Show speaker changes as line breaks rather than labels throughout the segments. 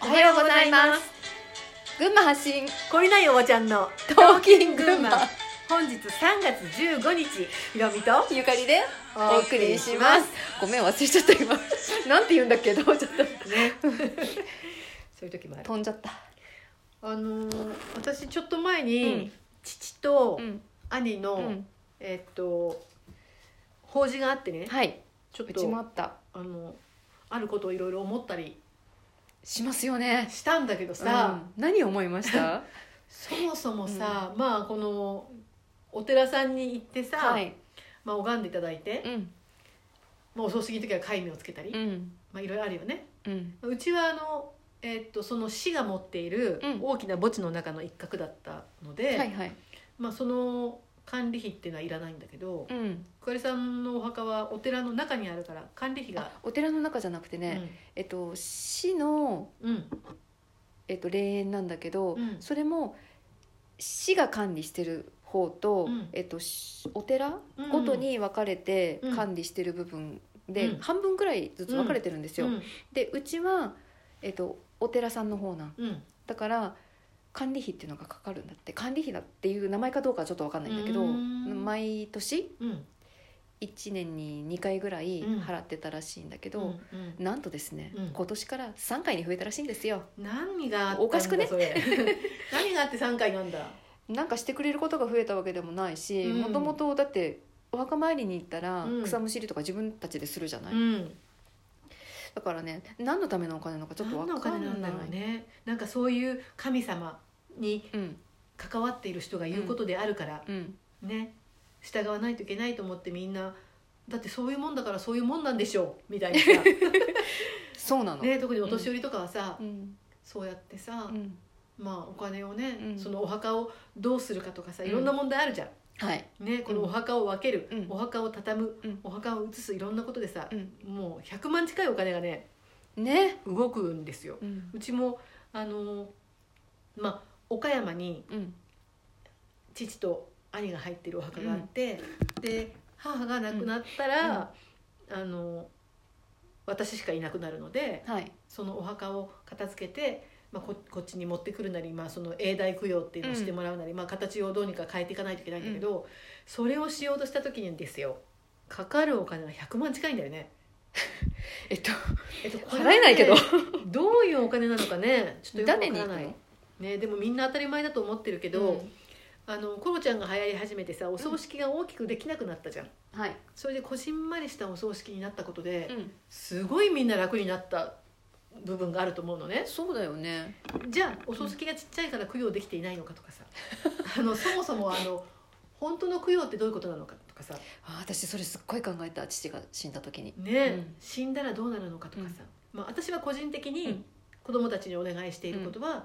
はようございます群馬発信
懲りないおばちゃんの
トーキン群馬
本日3月15日ひろみと
ゆかりでお送りしますごめん忘れちゃった 今なんて言うんだっけどうちょっと
ねそういう時もある
飛んじゃった
あのー私ちょっと前
うん
に父と
ん、
兄の、
うん、
えっと法事があってね
はい
ちょっ
うちもあ
と
った
あのあることをいろいろ思ったり
しますよね
したんだけどさ、
うん何思いました
そもそもさ、まあこのお寺さんに行ってさ、
はい
まあ、拝んでいただいて、
うん
まあ、お葬式の時は戒名をつけたり、
うん
まあ、いろいろあるよね
うん
うちはあの、えーっとその市が持っている
うん
大きな墓地の中の一角だったので、
はいはい
まあ、その管理費っていうのはいらないんだけど、
うん
ゆかりさんのお墓はお寺の中にあるから管理費が
あ、お寺の中じゃなくてね、えっと市の
うんうん
えっと霊園なんだけど、
うん
それも市が管理してる方と、
うん
えっとしお寺
うん
ごとに分かれて
うん
管理してる部分で、
うん
半分くらいずつ分かれてるんですよ。
うん
でうちはえっとお寺さんの方なん
うん
だから管理費っていうのがかかるんだって管理費だっていう名前かどうかはちょっと分かんないんだけど
うん
毎年
うん
1年に2回ぐらい
うん
払ってたらしいんだけど、
うんうん
なんとですね、
うん
今年から3回に増えたらしいんですよ
何があったんだ
おかしくね
それ 何があって3回なんだ
なんかしてくれることが増えたわけでもないし
うん
もともとだってお墓参りに行ったら
うん
草むしりとか自分たちでするじゃない、
うん
だからね何のためのお金なのかちょっと
何
分
のお
か
金
んな
ないんだろうねなんかそういう神様に
うん
関わっている人が言うことであるから、
うん
ね従わないといけないと思ってみんなだってそういうもんだからそういうもんなんでしょうみたいな さ、
そうなの、
ね、特にお年寄りとかはさ、
うん
そうやってさ
う、ん
まあ、お金をね、
うん
そのお墓をどうするかとかさ
うん
いろんな問題あるじゃん、
はい
ね、このお墓を分ける、
うん
お墓を畳む、
うん
お墓を移すいろんなことでさ
う、ん
もう100万近いお金がね
ね
動くんですよ。
うん
うちもあのまあ岡山に
うん
父と兄が入ってるお墓があって、で母が亡くなったら、あの私しかいなくなるので
はい
そのお墓を片付けて、まあ、ここっちに持ってくるなり、まあ、その永代供養っていうのをしてもらうなり、まあ、形をどうにか変えていかないといけないんだけど、それをしようとした時にですよかかるお金が100万近いんだよね。
えっと
えっと
払えないけど
これはねどういうお金なのかねちょっとよく
誰
わ
に
か
行
ら
く
ない
の。
ね、でもみんな当たり前だと思ってるけど、
うん
あのコロちゃんが流行り始めてさお葬式が大きくできなくなったじゃん、
はい
それでこじんまりしたお葬式になったことで、
うん
すごいみんな楽になった部分があると思うのね
そうだよね
じゃあお葬式がちっちゃいから供養できていないのかと かさあのそもそもあの本当の供養ってどういうことなのかとかさ
あ私それすっごい考えた父が死んだ時に
ね、
うん
死んだらどうなるのかとかさ、まあ、私は個人的
う
に
ん
子供たちにお願いしていることは、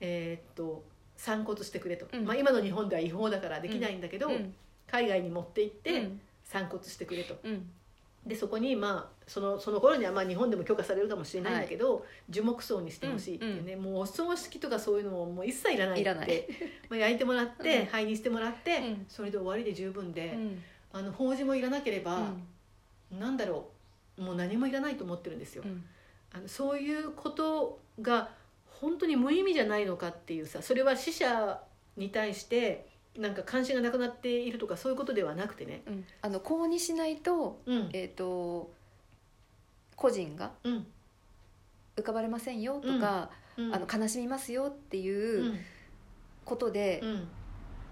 えーっと散骨してくれと、
うん
まあ、今の日本では違法だからできないんだけど、
うん
海外に持って行って、
うん
散骨してくれと
うん
でそこにまあそのその頃にはまあ日本でも許可されるかもしれないんだけど、樹木葬にしてほしいっていうね、もうお葬式とかそういうのももう一切いらない
い
って
らない
まあ、焼いてもらって、
うん
灰にしてもらって、
うん
それで終わりで十分
う
で、
ん
あの法事もいらなけれ
う
ば、
ん
なんだろうもう何もいらないと思ってるんですよ。
うん
あのそういうことが本当に無意味じゃないのかっていうさそれは死者に対してなんか関心がなくなっているとかそういうことではなくてね。
うんあの公にしないと
うん
えっと個人が
うん
浮かばれませんよとか、
うん
あの悲しみますよって
う
いうんことで
うん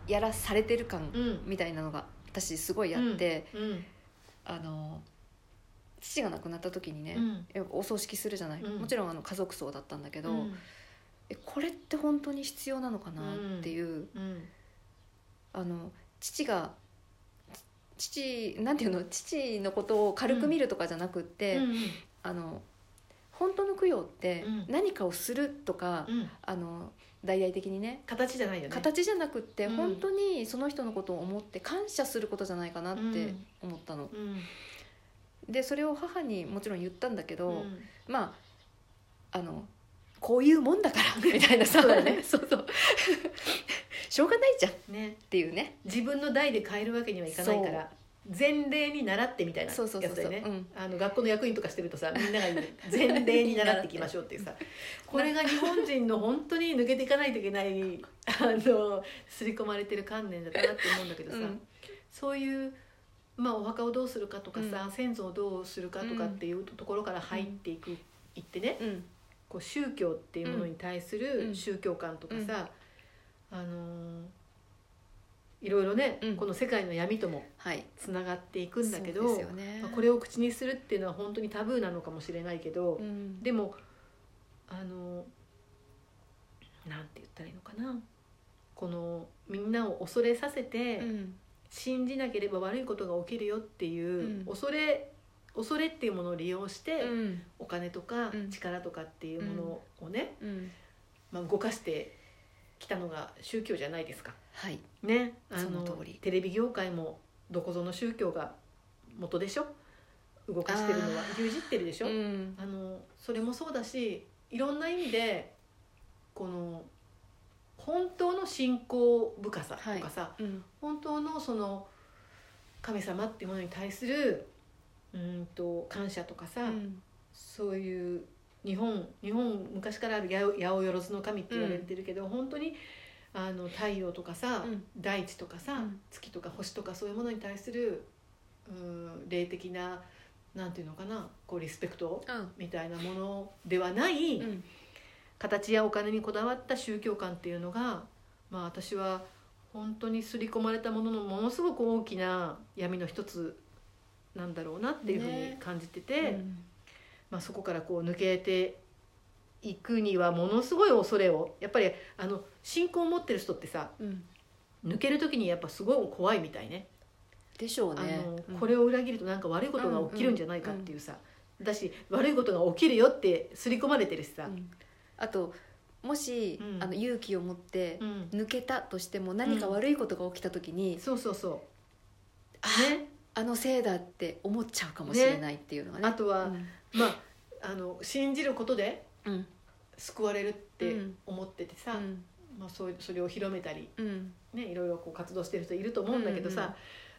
やらされてる感
うん
みたいなのが私すごいあって、
うん
あの父が亡くなった時にね、
うん
やっぱお葬式するじゃない、
うん
もちろんあの家族葬だったんだけど、えこれって本当に必要なのかなっていう、
うん
あの父が父なんていうの父のことを軽く見るとかじゃなくって、
うん
あの本当の供養って
うん
何かをするとか、
うん
あの大々的にね
形じゃないよね
形じゃなくって、
うん
本当にその人のことを思って感謝することじゃないかなっ
う
て
ん
思ったの、
うん
でそれを母にもちろん言ったんだけど、
うん
まああのこういうもんだから みたいなさ
そうだね
そうそうしょうがないじゃんっ
ね
ていうね
自分の代で変えるわけにはいかないから前例に習ってみたいなや
そう
つ
そう
だ
そうそ
よ
う、
ね
うん
あの学校の役員とかしてるとさみんなが言う前例に習っていきましょうっていうさ これが日本人の本当に抜けていかないといけないあの刷り込まれてる観念だったなって思うんだけどさ、
うん
そういう、まあ、お墓をどうするかとかさ、先祖をどうするかとかっていうところから入っていく、いってね
うん
こう宗教っていうものに対する
うん
宗教観とかさ、あのーいろいろね、
うん
この世界の闇とも
はい
つながっていくんだけど、
そうですよね
まあ、これを口にするっていうのは本当にタブーなのかもしれないけど、
うん
でもあのなんて言ったらいいのかなこのみんなを恐れさせて、
うん
信じなければ悪いことが起きるよっていう、
うん
恐れ恐れっていうものを利用して、
うん
お金とか
うん
力とかっていうものをね、
うん
まあ、動かしてきたのが宗教じゃないですか。
はい
ね、あ
そ
の
の通り
テレビ業界もどこぞの宗教が元でしょ動かしてるのは
あー
牛耳ってるでしょ、
うん
あのそれもそうだしいろんな意味でこの本当の信仰深さとかさ、
うん
本当のその神様っていうものに対するうーんと感謝とかさ、
うん
そういう日本日本昔からある八百万の神って言われてるけど、本当にあの太陽とかさ、
うん
大地とかさ、
うん
月とか星とかそういうものに対するうーん霊的ななんていうのかなこうリスペクトみたいなものではない、
うん
形やお金にこだわった宗教観っていうのが、まあ、私は本当に刷り込まれたもののものすごく大きな闇の一つなんだろうなっていうふうに
ね
感じてて、
うん
まあ、そこからこう抜けていくにはものすごい恐れをやっぱりあの信仰を持ってる人ってさ
うん
抜ける時にやっぱすごい怖いみたいね
でしょう
あ
ね
の、
うん
これを裏切るとなんか悪いことが起きるんじゃないかっていうさ、だし悪いことが起きるよって刷り込まれてるしさ
う、んあともし
うん
あの勇気を持って
うん
抜けたとしても何か悪いことが起きた時に
そうそうそうね
あのせいだって思っちゃうかもしれないっていうのがね
あとは、
うん
まああの信じることで
うん
救われるって
うん
思っててさ、
うん
まあ、そういうそれを広めたり、
うん
ね、いろいろこう活動してる人いると思うんだけど
うん
さ、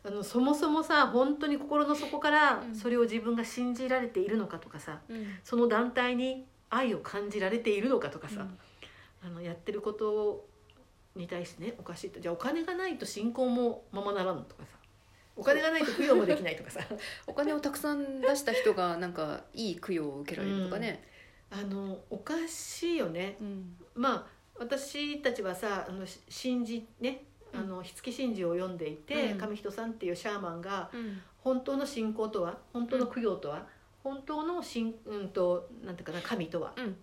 あのそもそもさ本当に心の底から
うん
それを自分が信じられているのかとかさ
うん
その団体に愛を感じられているのかとか
う
さ、
ん
あのやってることに対してねおかしいとじゃあお金がないと信仰もままならんとかさお金がないと供養もできない とかさ
お金をたくさん出した人がなんかいい供養を受けられるとかね
あのおかしいよね
うん
まあ私たちはさあのし神事ねあの「火付神事」を読んでいて、
うん
上人さんっていうシャーマンが
うん
本当の信仰とは本当の供養とは、本当の信うんとなんていうかな神とは
うん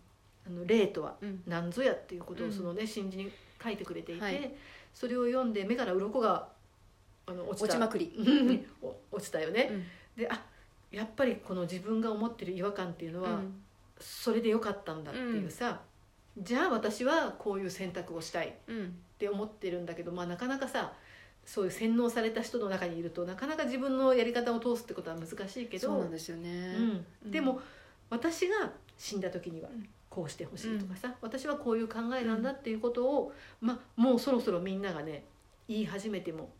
あの霊とは
うん
何ぞやっていうこと
う
を
ん
そのね、神事に書いてくれていて、
はい
それを読んで目から鱗があの落ちた
落 ちまくり
うん落ちたよね。
うん
であやっぱりこの自分が思ってる違和感っていうのは、
うん
それでよかったんだっていうさ、じゃあ私はこういう選択をしたい
うん
って思ってるんだけど、まあ、なかなかさそういう洗脳された人の中にいるとなかなか自分のやり方を通すってことは難しいけど
そうなんですよね
うんでも私が死んだ時には
うん
こうしてほしいとかさ、私はこういう考えなんだっていうことを、まあ、もうそろそろみんながね言い始めても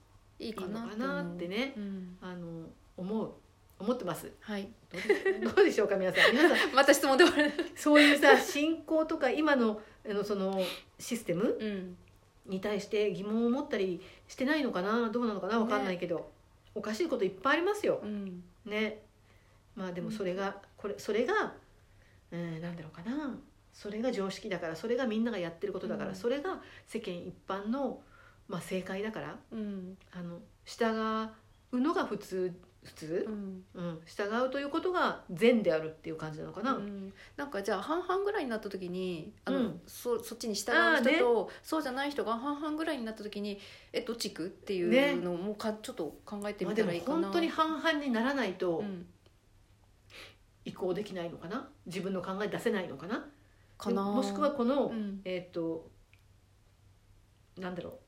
い
いい
いの
か
か
な
なってね、
うん
あの思う思ってます
はい
どうでどうでしょうか皆さん皆さん
また質問で終わる
そういう さ信仰とか今のあのそのシステム
うん
に対して疑問を持ったりしてないのかなどうなのかなわかんないけど、おかしいこといっぱいありますよ。
うん
ね。まあでもそれがこれそれがうんなんだろうかなそれが常識だからそれがみんながやってることだから、
うん
それが世間一般の、まあ、正解だから
うん
あの従うのが普通普通
う、ん
うん、従うということが善であるっていう感じなのかな。
うん、なんかじゃあ半々ぐらいになった時にあの、
うん
そそっちに従
あ
う
ー
人
ね
と、そうじゃない人が半々ぐらいになった時にえどっち行くっていうのもか、ちょっと考えて
まあ、
み
で
た
も
らいいかな。
本当に半々にならないと、
うん、
移行できないのかな自分の考え出せないのかな
かな
もしくはこの、
うん
えーっ、となんだろ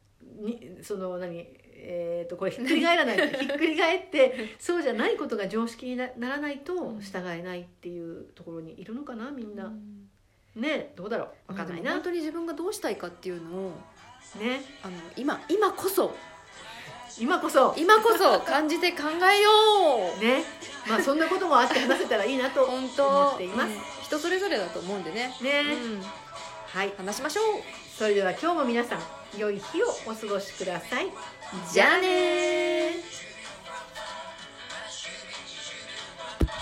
うにその何えーっ、とこれひっくり返ら ないひっくり返ってそうじゃないことが常識になならないと
うん
従えないっていうところにいるのかなみん
う
な、
ん
ねどうだろうわかんないな、
でも本当に自分がどうしたいかっていうのを
ね
あの今今こそ
今こそ
今こそ感じて考えよう
ねまあそんなこともあって話せたらいいなと
本
思っ
当
ています
うん人それぞれだと思うんでね、
ね、
うん、
はい
話しましょ
それでは今日も皆さん良い日をお過ごしくださいう
じゃあねー